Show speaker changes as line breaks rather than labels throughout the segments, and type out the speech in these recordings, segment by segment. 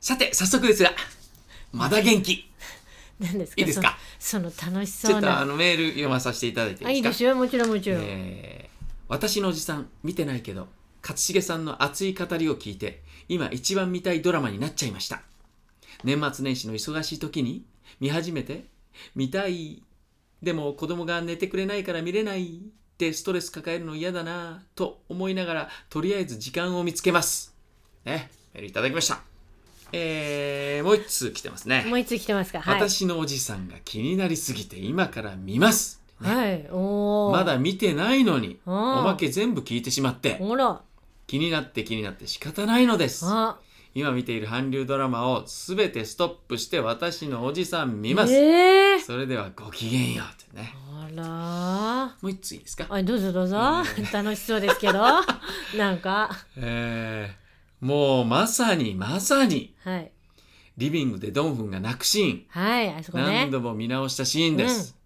さて、早速ですが、まだ元気。い
何ですか
いですか
そのその楽し
ち
そ
ょ
う
っとあ
な
のメール読まさせていただいて
あい
い
い
い
で
ですか
すよもちろんもちろん、
えー私のおじさん、見てないけど、勝重さんの熱い語りを聞いて、今一番見たいドラマになっちゃいました。年末年始の忙しい時に見始めて、見たい。でも子供が寝てくれないから見れないってストレス抱えるの嫌だなぁと思いながら、とりあえず時間を見つけます。ね、メールいただきました。えー、もう一通来てますね。
もういつ来てますかはい、
私のおじさんが気になりすぎて今から見ます。
はい、おお
まだ見てないのに、
うん
おまけ全部聞いてしまって、
ほら
気になって気になって仕方ないのです。
あ
今見ている韓流ドラマをすべてストップして私のおじさん見ます。
ええー、
それではごきげんようってね。
あら
もう一ついいですか
あどうぞどうぞ、
うん
楽しそうですけ どなんか
えー、もうまさにまさに、
はい
リビングでドンフンが泣くシーン。
はいあそこね
何度も見直したシーンです。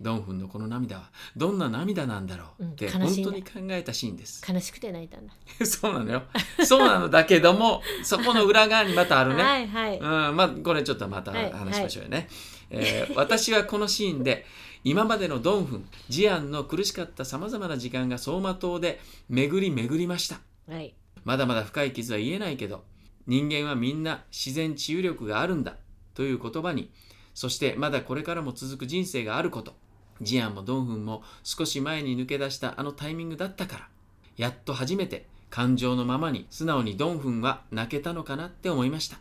ドンフンのこの涙はどんな涙なんだろうって
うん
本
悲しいね
当に考えたシーンです。
悲しくて泣いたんだ、
そうなのよ。そうなのだけど も、そこの裏側にまたあるね。
はいはい、
うん、まあこれちょっとまた
はい
話しましょうよね、え ー私はこのシーンで今までのドンフンジアンの苦しかったさまざまな時間が走馬灯で巡り巡りました
はい
まだまだ深い傷は言えないけど人間はみんな自然治癒力があるんだという言葉にそしてまだこれからも続く人生があることジアンもドンフンも少し前に抜け出したあのタイミングだったからやっと初めて感情のままに素直にドンフンは泣けたのかなって思いました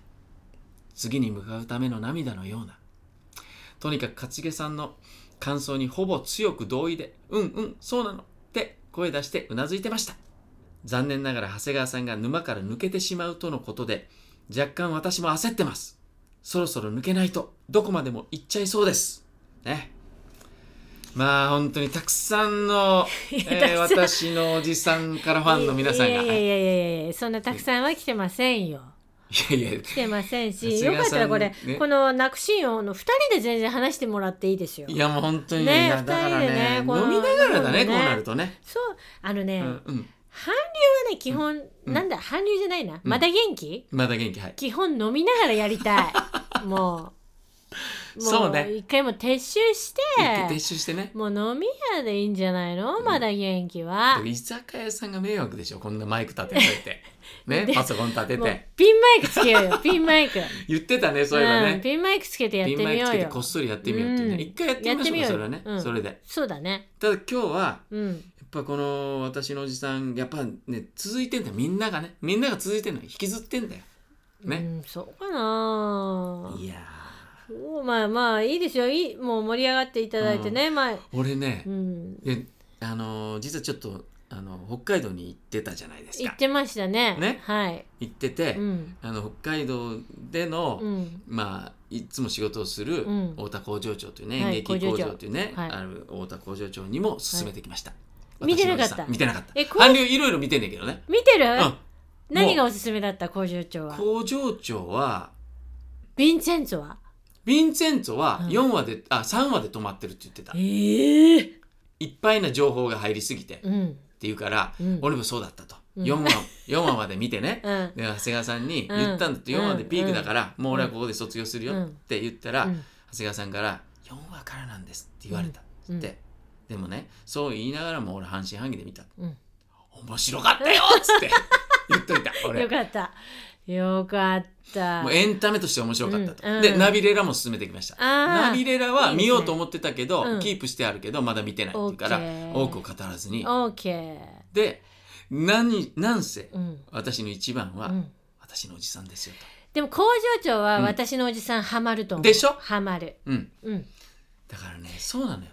次に向かうための涙のようなとにかく勝重さんの感想にほぼ強く同意で「うんうんそうなの」って声出してうなずいてました残念ながら長谷川さんが沼から抜けてしまうとのことで若干私も焦ってますそろそろ抜けないとどこまでも行っちゃいそうですねまあ本当にたくさんの、 えー
たくさん
私のおじさんからファンの皆さんが
い
い
や
や
い
い
やいやいやいやそんなたくさんは来てませんよ
や
来てませんし
長谷
よ
川
かった
さ
ら
ん
これ、
ね
この泣くシーンをあの2人で全然話してもらっていいですよ
いやもう本当に
ね
いやだからね
二人でねこの
飲みながらだね
飲
こ
む
う
ね
なるとね、
そうあの
う
ね、韓
んうん、
流はね基本、
うん
なんだ韓流じゃないな、
うん
まだ元気
まだ元気はい
基本飲みながらやりたいもうも
そうね
一回も撤収して
一回撤収してね
もう飲み屋でいいんじゃないの
ん
まだ元気
で
は
も、居酒屋さんが迷惑でしょこんなマイク立てといてね
で
パソコン立て
もう
て
ピンマイクつけよう よピンマイク
言ってたねそういえば
うん、
ね、
ピンマイクつけてやっ
ピ
て
ン
み
マイク
よ
つ
う
けて
よ
こっそりやってみようっていうね、
うん
一回やってみましょうか
やって
それは
みようよ
ね、
うん
それで
そうだね
ただ今日は
うん
やっぱこの私のおじさんやっぱね続いてんだよみんながねみんなが続いてんの引きずってんだよ
う
ね、
ん、そうかない
や
おまあまあいいですよいいもう盛り上がっていただいてね、まあ
ー俺ね
う、ん
であのー実はちょっとあの北海道に行ってたじゃないです
言
か
ってましたね
ね
はい
行ってて、
うん
あの北海道での、
うん
まあいつも仕事をする
うん
太田工場長というね、
はい
演劇工場というね、
工場長はい
ある太田工場長にも勧めてきました、
はい
私のおじさん見
見
てなかった
えこう
韓流いろいろ見てんねんけどね、
見てる、
う
何がおすすめだった工場長
ん、
は
工場長は
ヴィンチェンツォは
ヴィンセンツォは
うん
4話で、あ3話で止まってるって言ってた
ええ
いっぱいな情報が入りすぎてって
うん
言うから、
うん
俺もそうだったと、
うん
4話4話まで見てね
うん
で長谷川さんに言ったんだって
うん
4話でピークだから、もう俺はここで卒業するよって言ったら、
うん
長谷川さんから「4話からなんです」って言われたって、
うん
でもねそう言いながらも俺半信半疑で見た
うん
「面白かったよ!」っつって 言っといた
よ
俺
かったよかった
もうエンタメとして面白かったと、
うんうん
でナビレラも進めてきました
あー
ナビレラはい
いで
見
すね
ようと思ってたけど
うん
キープしてあるけどまだ見てないっていうから
オッケー
多くを語らずに
オーケー
で何なんせ
うん
私の一番は、
うん
私のおじさんですよ
でも工場長は
うん
私のおじさんハマると思う、
でしょ
ハマる
と、うん、
うん
だからねそうなのよ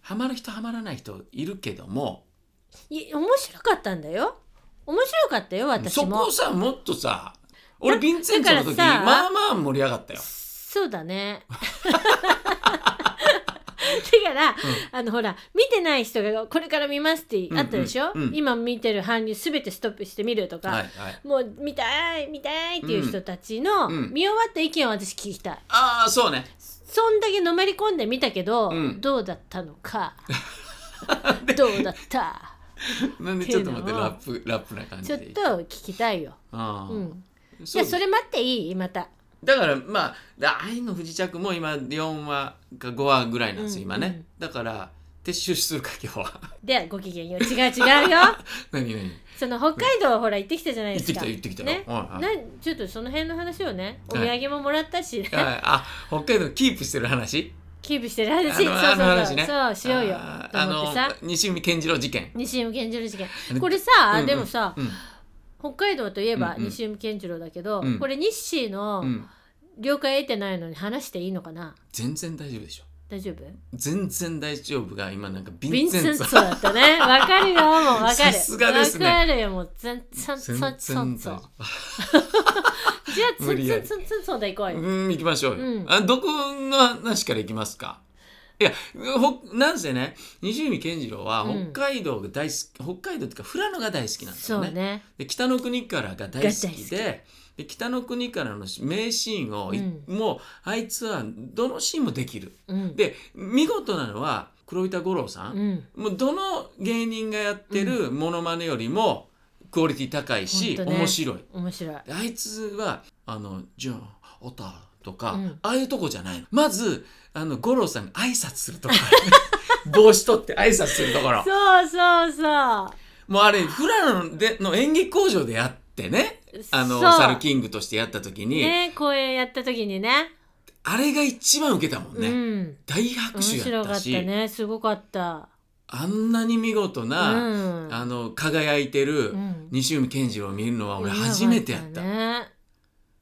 ハマる人ハマらない人いるけども
い面白かったんだよ面白かったよ私
そ
も
こをさもっとさ俺
だ
ヴィンセンツォの時
だからさ
まあまあ盛り上がったよ
そうだね。だから、あのほら見てない人がこれから見ますってあったでしょ、
うんうんうん
今見てる韓流すべてストップして見るとか、
はいはい
もう見たい見たいっていう人たちの、
うん
見終わった意見を私聞きたい
ああそうね
そんだけのめり込んで見たけど、
うん
どうだったの かどうだった
なんでちょっと待って
っていうのを
ラップラップな感じ
ちょっ
で
と聞きたいよ、
あ
う
ー
ん、じ
そ
ゃ
う
あそれ待っていいまた
だからまあだ愛の不時着も今4話か5話ぐらいなんですよ今ね、
うんうん
だから撤収するか今日は
でごきげんよう違う違うよ
何何
その北海道ほら行ってきたじゃない
行ってき
ですか
た行ってきたよ、
ね
はいはい
なちょっとその辺の話をねお土
はい
産ももらったし、ね
はい、あ北海道キープしてる話
キープしてる話
あ
そう
のあの話
そうそう、
ね
そうしようよ
あ
と
ー
思って
あ
さ
の西海健次郎事件、
西山健次郎事件
あれ
これさ、
うんうん
でもさ
うん
北海道といえば
うんうん
西山健次郎だけど、
うん
これ日誌の
うん、
了解得てないのに話していいのかな
全然大丈夫でしょ
大丈夫
全然大丈夫が今なんかヴ
ヴ
ィ
ィ
ン
ン
セ
セ
ン
ン
ツ
トだったね。わかるよ、もうわか
さ
る。
すがですね
わかるよ、もう、ツンツンツ
全
ンツンツ
然大
ン。じ
丈
ゃあ
夫、
ツ
無
ン
理
ツ
や
ン
り
ツンツンツンで行こうよ。
うん、行きましょうよ。
うん
あどこの話から行きますかいや、ほなんせね、西海健次郎は
うん
北海道が大好き、北海道っていうか富良野が大好きなんです
そ
よ
う
ね。
ね。
で、北の国からが大好き
が
で、で北の国からの名シーンをい、
うん
もうあいつはどのシーンもできる。
うん。
で、見事なのは黒板五郎さ。
うんん。
もうどの芸人がやってるモノマネよりもクオリティ高いし、
ほんとね
面白い。
面白い。
であいつはあのジョンオタとか、
うん
ああいうとこじゃないのまずあの五郎さんが挨拶するとこ 帽子取って挨拶するところ
そうそうそう。
もうあれフラ野での演劇工場でやってねあの
そう
サルキングとしてやった時に、
ね、公演やった時にね。
あれが一番受けたもん
う
ね、
ん。
大拍
面
手や
白
っ
か
た
った
し
ね。すごかった。
あんなに見事
う
な、
ん。
あの輝いてる
うん
西海健次郎を見るのは俺初めてやった。
ね。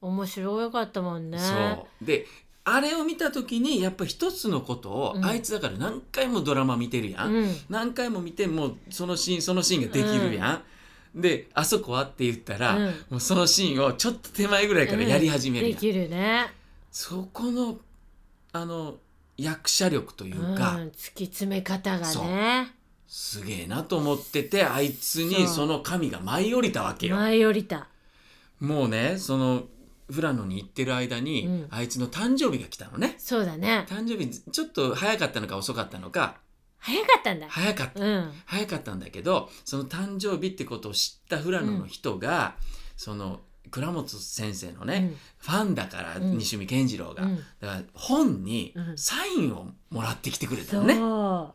面白かったもんね。
そうであれを見た時にやっぱ一つのことを、
うん
あいつだから何回もドラマ見てるやん、
うん。
何回も見てもうそのシーンそのシーンができるやん、であそこはって言ったら、
うん
もうそのシーンをちょっと手前ぐらいからやり始める
で
やん、
きるね。。
そこのあの役者力といううんか、
突き詰め方が
そう
ね。
すげえなと思っててあいつに
そう
その神が舞い降りたわけよ。
舞い降りた。
もうねその富良野に行ってる間に、
うん
あいつの誕生日が来たのね。
そうだね。
誕生日ちょっと早かったのか遅かったのか
早かったんだ。
早かった
うん。
早かったんだけどその誕生日ってことを知った富良野の人が、その倉本先生のね、
うん
ファンだから、
うん
西見健次郎が、
うん
だから本に
うん
サインをもらってきてくれたの
そう、
ね、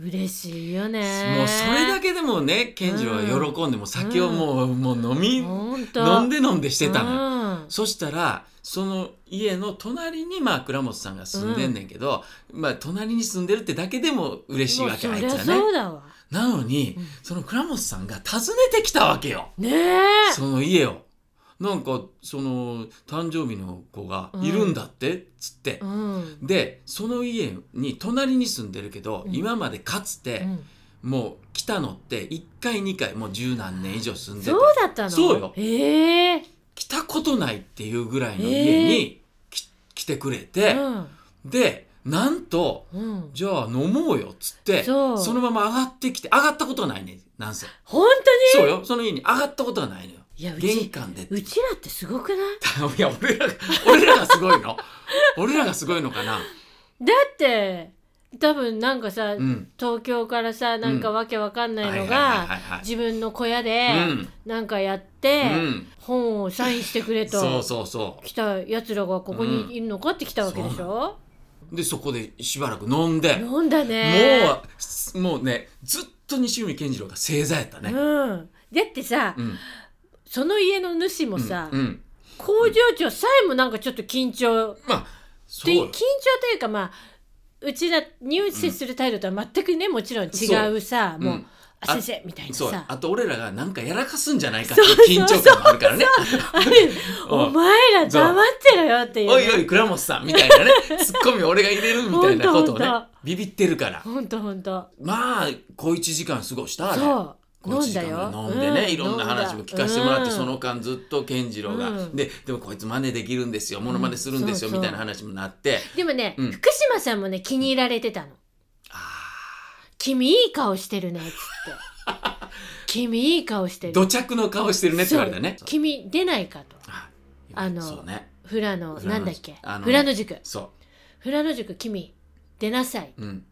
嬉しいよね。
もうそれだけでもね健次郎は喜んで、もう酒をもう,、もう飲み、
本当
飲んで飲んでしてたのよ。
の。
そしたらその家の隣にまあ倉本さんが住んでんねんけど、まあ隣に住んでるってだけでも嬉しいわけ
も
あ
う
い
そ
つ
りゃ
はね
そうだわ。
なのに、
うん
その倉本さんが訪ねてきたわけよ
ねえ。
その家をなんかその誕生日の子がいるんだって、つって
う、ん。
でその家に隣に住んでるけど、
うん
今までかつ
う
て、
ん
もう来たのって1回2回もう十何年以上住んでて
そうだったの。
そうよ
ええ。
来たことないっていうぐらいの家にき、来てくれて、
うん
でなんと
うん。
じゃあ飲もうよっつって
そう
のまま上がってきて上がったことはないねなんせ
本当
そ
に。
うよその家に上がったことはないのよ
いやう
玄
ち
関で
うちらってすごくない？
いや俺らが俺らがすごいの俺らがすごいのかな
だって多分なんかさ
うん
東京からさなんかわけわかんないの
はいは
が
いはい
自分の小屋
はい
でなんかやって
うん、うん、
本をサインしてくれと。
そうそうそ
来たやつらがここにいるのかって来たわけでしょ、
うでそこでしばらく飲んで
飲んだね
もうもうねずっと西海健次郎が正座やったね、
うん、だってさ、
うん、
その家の主もさ、
うんうん、
工場長さえもなんかちょっと緊張
まあ
で
そう
緊張
よ
というかまあうちら入接する態度とは全くねもちろん違うさ
うん
もう、あ
あ
先生みたいな
そう
さ
あと俺らがなんかやらかすんじゃないかっていう緊張感もあるからね
あれ
うん
お前ら黙ってろよっていう
おいおい倉本さんみたいなねツッコミを俺が入れるみたいなことをね
ほんとほんと
ビビってるから
ほんとほんと
まあ小一時間過ごしたあれ
そう
小
飲
一
ん
時
だよ
間飲んでね、
う
いろんな話も聞かせてもらって、その間ずっと健次郎が、
うん
ででもこいつ真似できるんですよモノマネするんですよ、
うんそうそう
みたいな話もなって
でもね、
うん
福島さんもね気に入られてたの「君いい顔してるね」っつって「君いい顔してる」
土着の顔してるねって言われたね
そう君出ないかと
あ
あの
そうね
富良野
富良野
なんだっけ
あの
富良野塾
そ
富良野塾君出なさいう
うん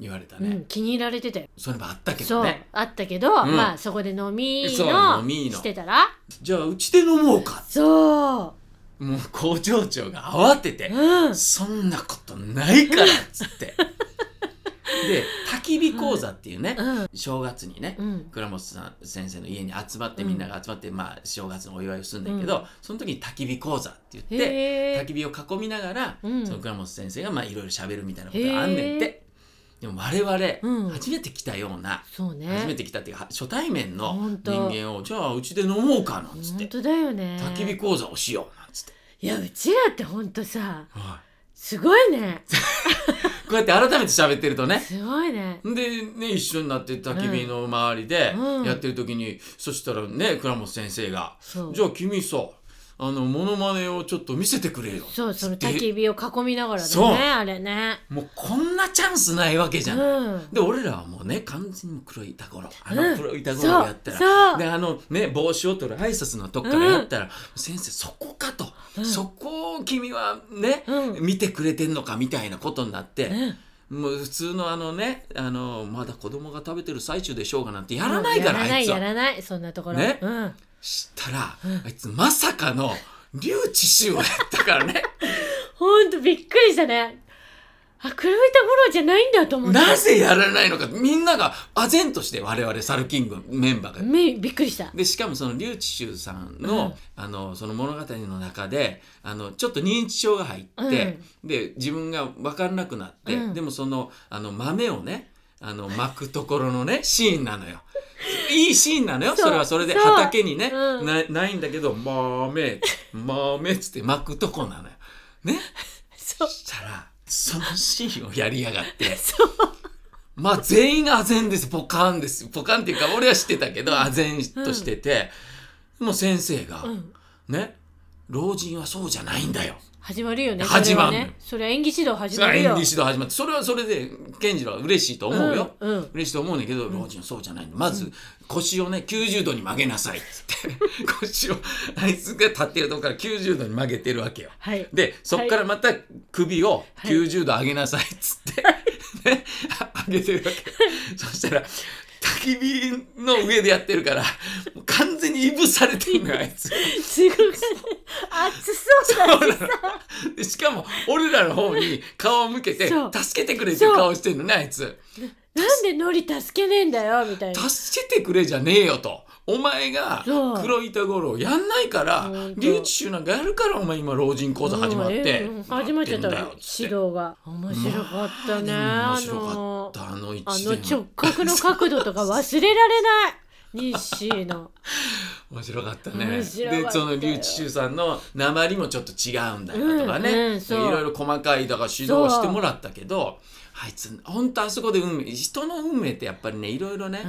言われた
う
ね、
ん、気に入られてたよ、
そういえばあったけど
そう
ね
あったけど、
うん
まあそこで飲み
そう
の
飲みの
してたら
じゃあうちで飲もうか
そ
もう工場長が慌てて
う、うん、
そんなことないからっつってで焚き火講座っていうね、
うん
正月にね、
うん
倉本さん先生の家に集まって
うん
みんなが集まって、まあ正月のお祝いをするんだけど、
う
その時に焚き火講座って言って
へ
焚
え
き火を囲みながら、
うん
その倉本先生がまあいろいろ喋るみたいなことがあんねんってでも我々、
うん
初めて来たような
そうね
初めて来たっていうか初対面の
ほん
人
と
間をじゃあうちで飲もうかなんつっ
本
て
当だよね
焚き火講座をしようなんつって、
いやうちらって本当さ
は
すごいね
いこうやって改めて喋ってるとね
すごいね
でね一緒になって焚き火の周りで
うん
やってる時に、そしたらね倉本先生が
そ
「
う
じゃあ君さあのモノマネをちょっと見せてくれよ」
そうその
で
焚き火を囲みながらで
そう
ねあれね
もうこんなチャンスないわけじゃない。
うん
で俺らはもうね完全に黒い板ころあ
う
の
ん
黒い板ころ
そ
やった
う
ら、
そう
であのね帽子を取る挨拶のとこからやったら、先生そこかと、
うん
そこを君はね、
うん
見てくれてんのかみたいなことになって、
うん
もう普通のあのねあのまだ子供が食べてる最中でしょうがなんてやらないから、
やらな
あい
い
つ
や
は。
らないそんなところ
ね
うん
したら、あいつまさかの留置しようやったから ね
ほんとびっくりしたねあ黒板五郎じゃないんだと思って
なぜやらないのかみんなが唖然として我々サルキングメンバーが
めびっくりした
でしかもそのリュウチシュウさん
う
の,、
ん
あのその物語の中であのちょっと認知症が入って、で自分が分からなくなって、
うん
でもそのあの豆をねあの巻くところ のねシーンなのよ。いいシーンなのよ
そう
それはそれで
そう
畑にね、
うん
なないんだけど「豆豆」っつって巻くとこなのよ。ね
そう
そしたらそのシーンをやりやがって。
そう
まあ全員が唖然です。ポカンです。ポカンっていうか、俺は知ってたけど、唖然としてて、もう先生が、
うん
ね、老人はそうじゃないんだよ。
始まるよね
始まんの
それ
よ
はねそれは演技指導始
それ
ま
は
る
演
よ
技指導始まって、それはそれで、健次郎は嬉しいと思うよ。
うんうん
嬉しいと思うねんだけど、老人はそうじゃないんだまず、腰をね、90度に曲げなさい。つって、 腰を、あいつが立ってるとこから90度に曲げてるわけよ。
はい
でそっからまた首を
はい
90度上げなさいっつって、ね、上げてるわけそしたら焚き火の上でやってるからもう完全にいぶされてんのよあいつ
すごく熱そうだ
でしかも俺らの方に顔を向けて
そう
助けてくれっていう顔してんのねあいつ
なんでノリ助けねえんだよみたいな
助けてくれじゃねえよとお前が
そう
黒板五郎やんないから
ほんと
リュウチシュなんかやるからお前今老人講座始まって、
うんうん始まっちゃった
な
指
ん
導が面白かったね、
まあ
あ、
でも面白かっ
の
たあの一
あの
年
直角の角度とか忘れられない 日誌の
面白かったね
面白かったよ
でその竜智秀さんの鉛もちょっと違うんだよとかね、
うんうんそう
いろいろ細かいだから指導してもらったけどあいつ本当あそこで運命人の運命ってやっぱりねいろいろね、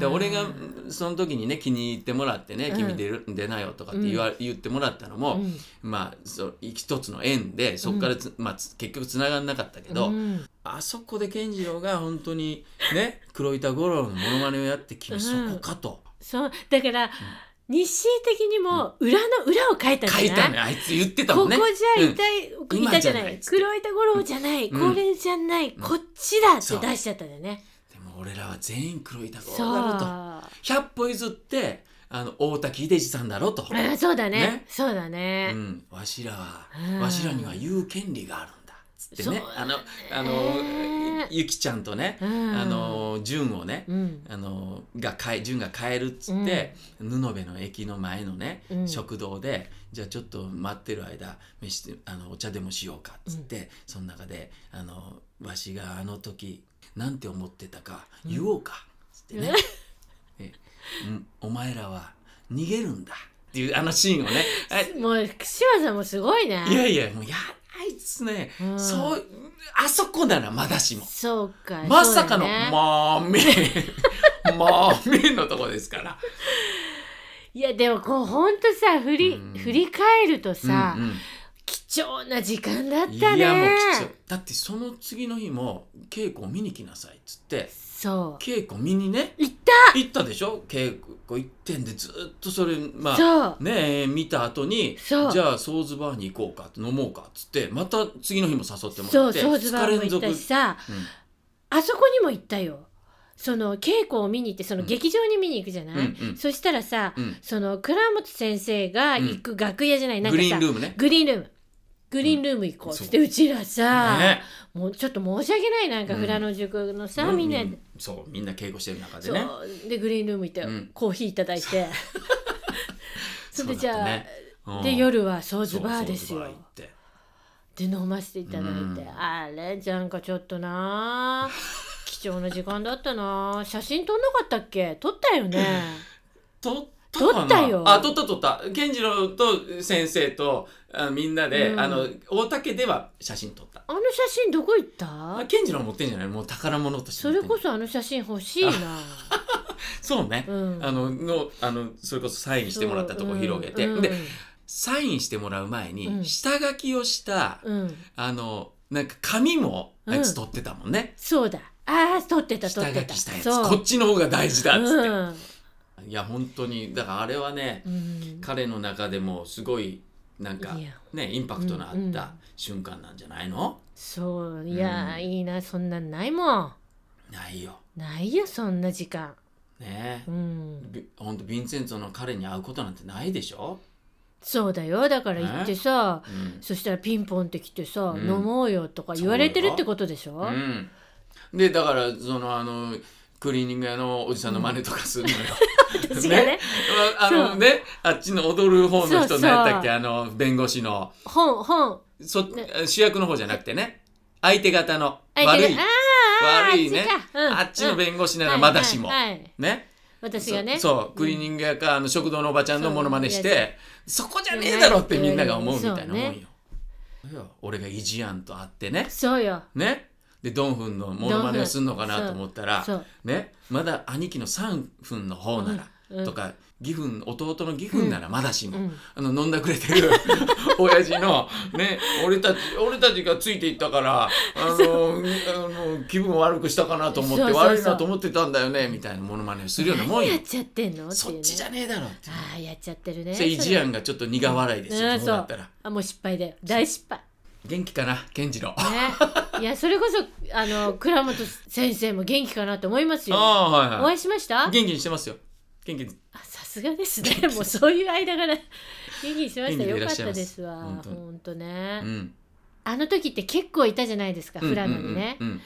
で俺がその時にね気に入ってもらってね「
うん
君出る出なよ」とかって言わ、言ってもらったのも、
うん
まあそう一つの縁でそこからつ、まあ、つ結局つながんなかったけど、
うん
あそこで健次郎が本当にね 黒板五郎のモノマネをやって君そこかと、
そうだから、日誌的にも裏の裏を書いたん
書
じ
い
ゃ
た
ない
ねあいつ言ってたも
ここ
ん
じ
ね。
ゃ
うん
痛い、
今
痛いじゃな
じゃないいっつって
黒板五郎じゃない、
うん
これじゃない、こっちだって
そう
出しちゃったんだよね、
でも俺らは全員黒板五
そう
郎だろと100歩譲ってあの大滝秀治さんだろと、
うんそうだね
ね
そうだ
う
ね、
ん、わしらは、
うん
わしらには言う権利があるんだつってね
そう
あのあの、
ね
ゆきちゃんとね、
うん
あの純をね、
うん
あのが変え純が変えるっつって、布部の駅の前のね、
うん
食堂でじゃあちょっと待ってる間飯あのお茶でもしようかっつって、その中であのわしがあの時なんて思ってたか言おうかっつってね、えうんお前らは逃げるんだっていうあのシーンを ねあ
もう志麻さんもすごいね
いやいやもうやあいつね、
うん
そうあそこならまだしも
そうか
まさかの
そうだね
「まーめ」「まーめ」のとこですから。
いやでもこうほんとさ振り,、
うん
振り返ると さ、
うんうん
貴重な時間だったね
いやもう貴重だってその次の日も稽古を見に来なさいっつって
そ
稽古見にね
う行っ
行ったでしょ稽古行ってんでずっとそれま
た
あ
そう
ねえ見た後に
そう
じゃあソーズバーに行こうか飲もうかっつってまた次の日も誘っても
そ
ら
う
って
ソーズバーも行ったしさ、
うん
あそこにも行ったよその稽古を見に行ってその
うん
劇場に見に行くじゃない、
うんうん
そしたらさ
うん
その倉本先生が行く楽屋じゃない、なん
グ
か
リー
さ
ンルームね。
グリーンルームグリーンルーム行こうっつって、うちらさ、
ね
もうちょっと申し訳ないなんか
うん
富良野塾のさ、
うん
みんな、
そうみんな稽古してる中で
そ
ね。
うでグリーンルーム行って、
うん
コーヒーいただいてそれでじゃあ、
あ
で夜はソー
ズ
ズバーですよで飲ませていただいて、
うん
あれなんかちょっとな 貴重な時間だったな写真撮んなかったっけ撮ったよ ね
撮ったかな
撮ったよ
あ撮った撮った健次郎と先生とあみんなで、
うん
あの大竹では写真撮った
あの写真どこ行っ
あ
た
健次郎持ってんじゃないもう宝物として
それこ
そ
そあの写真欲し いな
そうね、
うん
あののあのそれこそサインしてもらったとこ広げて、
うん
でサインしてもらう前に、
うん
下書きをした、
うん
あのなんか紙もあいつ
うん
撮ってたもんね、
そうだああ撮ってた撮っ
下
て
書
た
きしたやつ
そう
こっちの方が大事だっつって、
うん
いや本当にだからあれはね、
うん
彼の中でもすごいなんか
いや
ねインパクトのあ
うんう
っ
ん
た瞬間なんじゃないの、
そういや、
うん
いいなそんなんないもん
ないよ。
ないよそんな時間
ね
う
え、
ん
びほんとヴィンセントの彼に会うことなんてないでしょ、
そうだよだから行ってさ、
うん
そしたらピンポンって来てさ、
うん
飲もうよとか言われてるってことでしょ、
うん、でだからそのあのクリーニング屋のおじさんの真似とかするの よ。
私がね
ああのねあっちの踊る方の
そう
人
そう
何やったっけあの弁護士の
本本
そ、主役の方じゃなくてね相手方の
相手が
悪い
ああ
悪いね
あっちかうん
あっちの弁護士な
は
ら
い
まだしも、
はいはい
ね
私がね
そそうクリーニング屋かあの食堂のおばちゃんのモノマネしてそこじゃねえだろってみんなが思うみたいなもんよ。いや俺がイジアンと会ってね
そうよ
ねでドンフンのモノマネをすんのかなと思ったら
そう
ねまだ兄貴の3分の方なら、
うんうん
とか義父弟の義父ならまだしも、
うん
あの飲んだくれて る親父のね俺たち俺たちがついていったからあのあの気分を悪くしたかなと思って
そうそうそう
悪いなと思ってたんだよねみたいなモノマネをするようなもん
何
よ
やっちゃってんのって
そ
いう
っ
ね
ちじゃねえだろって。
ああやっちゃってるね
それイジア
それ
ンがちょっと苦笑いですよ、
うん
そうだったら
あもう失敗だよ大失敗
元気かな健次郎あ
ねいやそれこそあの倉本先生も元気かなと思いますよ
あはい
お
は
会
い
いしました
元気にしてますよ元気に
あさすがですね。もうそういう間柄、元気にしま
元
した。
気でい
よ
ら
か
っ
っ
しゃい
た
ます
ですわ。
本当に
本当ね、
うん
あの時って結構いたじゃないですか、富良野にね。
うんうんうんうん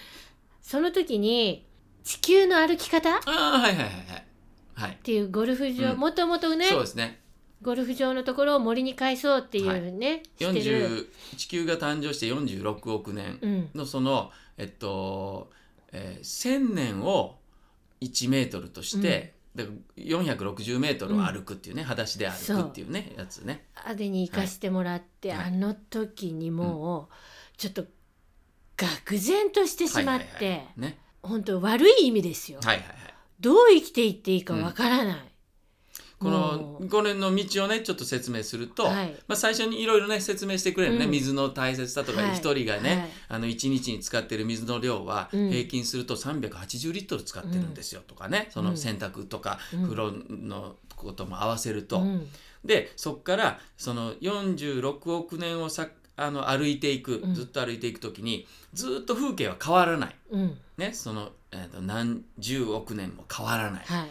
その時に、地球の歩き方っ
ああはいはいはいはいはい
ていうゴルフ場、
うん
もともとね、
そうですね
ゴルフ場のところを森に返そうっていうね、してる。
40地球が誕生して46億年
うん、
のその、えっと、えー1000年を1メートルとして、だから460メートルを歩くっていうね、裸足で歩くっていうねやつね
あでに行かしてもらって、
はい
あの時にもう、ちょっと愕然としてしまっ
は
て、
いはいはいね
本当悪い意味ですよ、
はいはいはい
どう生きていっていいかわからない、
こ
も
の
う
これの道をねちょっと説明すると、
はい
まあ、最初にいろいろね説明してくれるね、
うん
水の大切さとか
はい
一人がね、
はい
あの1日に使ってる水の量は
うん
平均すると380リットル使ってるんですよとかね、その洗濯とか
うん
風呂のことも合わせると、
うん
でそっからその46億年をさあの歩いていく
うん
ずっと歩いていく時にずっと風景は変わらない、
うん
ね、その、えーと何十億年も変わらない。
はい、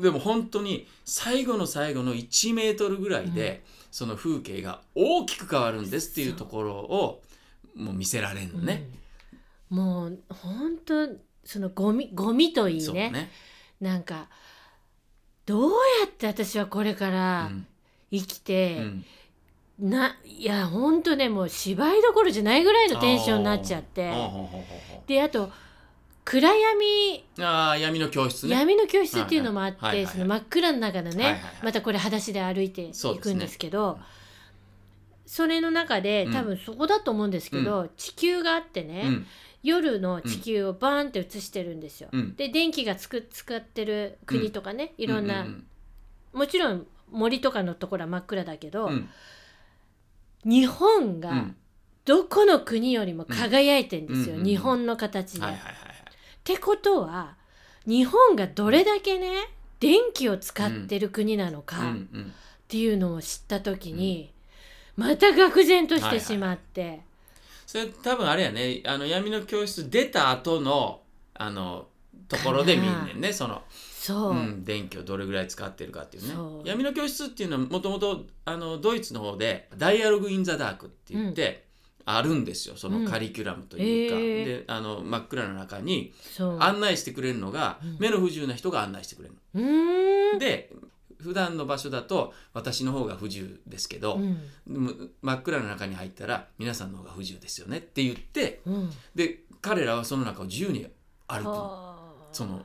でも本当に最後の最後の1メートルぐらいで、その風景が大きく変わるんですっていうところをもう見せられるのね。
うん、もう本当そのゴミゴミといい
そう
ね
ね、
なんかどうやって私はこれか
う
ら
ん
生き
う
て、
ん
ないや本当ねもう芝居どころじゃないぐらいのテンションになっちゃって
ほうほうほうほうほ
であと暗闇、
うああ闇の教室ね。
闇の教室っていうのもあって、
はいはいはいはい
その真っ暗の中でね、
はいはいはい
またこれ裸足で歩いてい
そうで
く
す
ん
ね
ですけどそれの中で
うん
多分そこだと思うんですけど、地球があってね、
うん
夜の地球をバーンって映してるんですよ。
うん
で電気がつく使ってる国とかね、いろんな、
ううん
もちろん森とかのところは真っ暗だけど、
うん
日本
うん
がどこの国よりも輝いてんですよ、
うんうん
日本の形で。
はいはいはい
っ
はい
てことは日本がどれだけね電気を使ってる国なの
うん
か
う
っ
ん
ていうのを知った時に、また愕然としてしまって、
それ多分あれやねあの闇の教室出た後のあのところで見んねんねその、
そう、
うん、電気をどれぐらい使ってるかっていうね
そう
闇の教室っていうのはもともとあのドイツの方で「ダイアログ・イン・ザ・ダーク」って言って、あるんですよそのカリキュラムというか、
うんへー
であの真っ暗の中に
そう
案内してくれるのが、
うん
目の不自由な人が案内してくれるの。
うーん
で普段の場所だと私の方が不自由ですけど、
うん
でも真っ暗の中に入ったら皆さんの方が不自由ですよねって言って
うん
で彼らはその中を自由に歩くの
はあ
その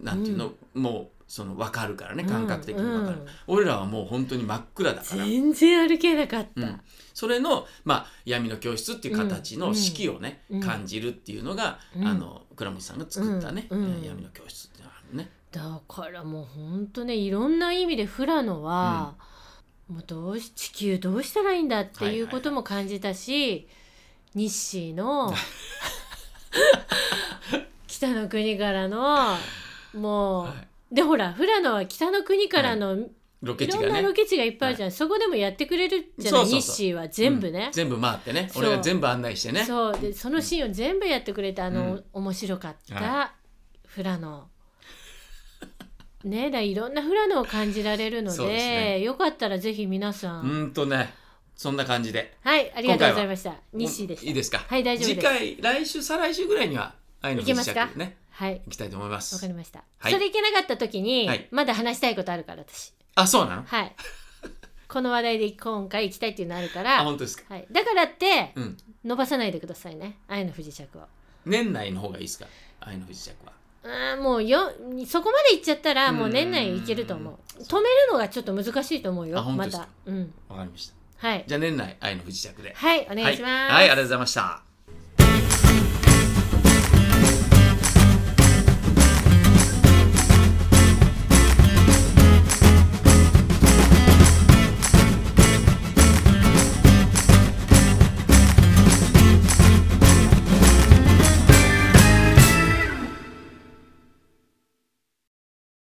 なんていうの、もうその分かるからね
うん
感覚的に分かる、
うん
俺らはもう本当に真っ暗だから、
全然歩けなかっ
う
た、
んそれの、まあ、闇の教室っていう形
う
の
ん
四季をね、
うん
感じるっていうのが、
うん
あの倉本さんが作ったね、
うんうん
えー闇の教室っていうのがあるね。
だからもうほんとねいろんな意味で富良野は、もうどうし地球どうしたらいいんだっ
はい
て
はい
い
は
う
い
ことも感じたし、日 誌の北の国からのもう、
はい
でほら富良野は北の国からの、い、
ロケ地
ろ
が
んな
ね
ロケ地がいっぱいあるじゃん、そこでもやってくれるじゃな
そ
いう
そうそう
日誌は全部
う
ね
ん。全部回ってね
そう
俺が全部案内してね
そうでそのシーンを全部やってくれてあの、
うん
面白かった、
は
フラノねだからいろんなフラノを感じられるので
そうですね
よかったらぜひ皆さん、
うんとねそんな感じで
はいありがとうございました西でし
いい
た
ですか
はい大丈夫です
次回来週再来週ぐらいには愛の不時
いけま
着
す
ね
はい
行きたいと思いま
わか
す
りました、
はい
それいけなかった時に、
はい
まだ話したいことあるから私
あそうなの
はいこの話題で今回行きたいっていうのあるか
あ
ら、
本当ですか
はい、だからって
うん
伸ばさないでくださいね愛の不時着を
年内の方がいいですか愛の不時着は
あーもうよそこまで行っちゃったらもう年内いけると思う
うん
止めるのがちょっと難しいと思うよ
あ本当
ま
ですか
たうん
わかりました
はい
じゃあ年内愛の不時着で
はいお願いしま
は
す、
いはいありがとうございました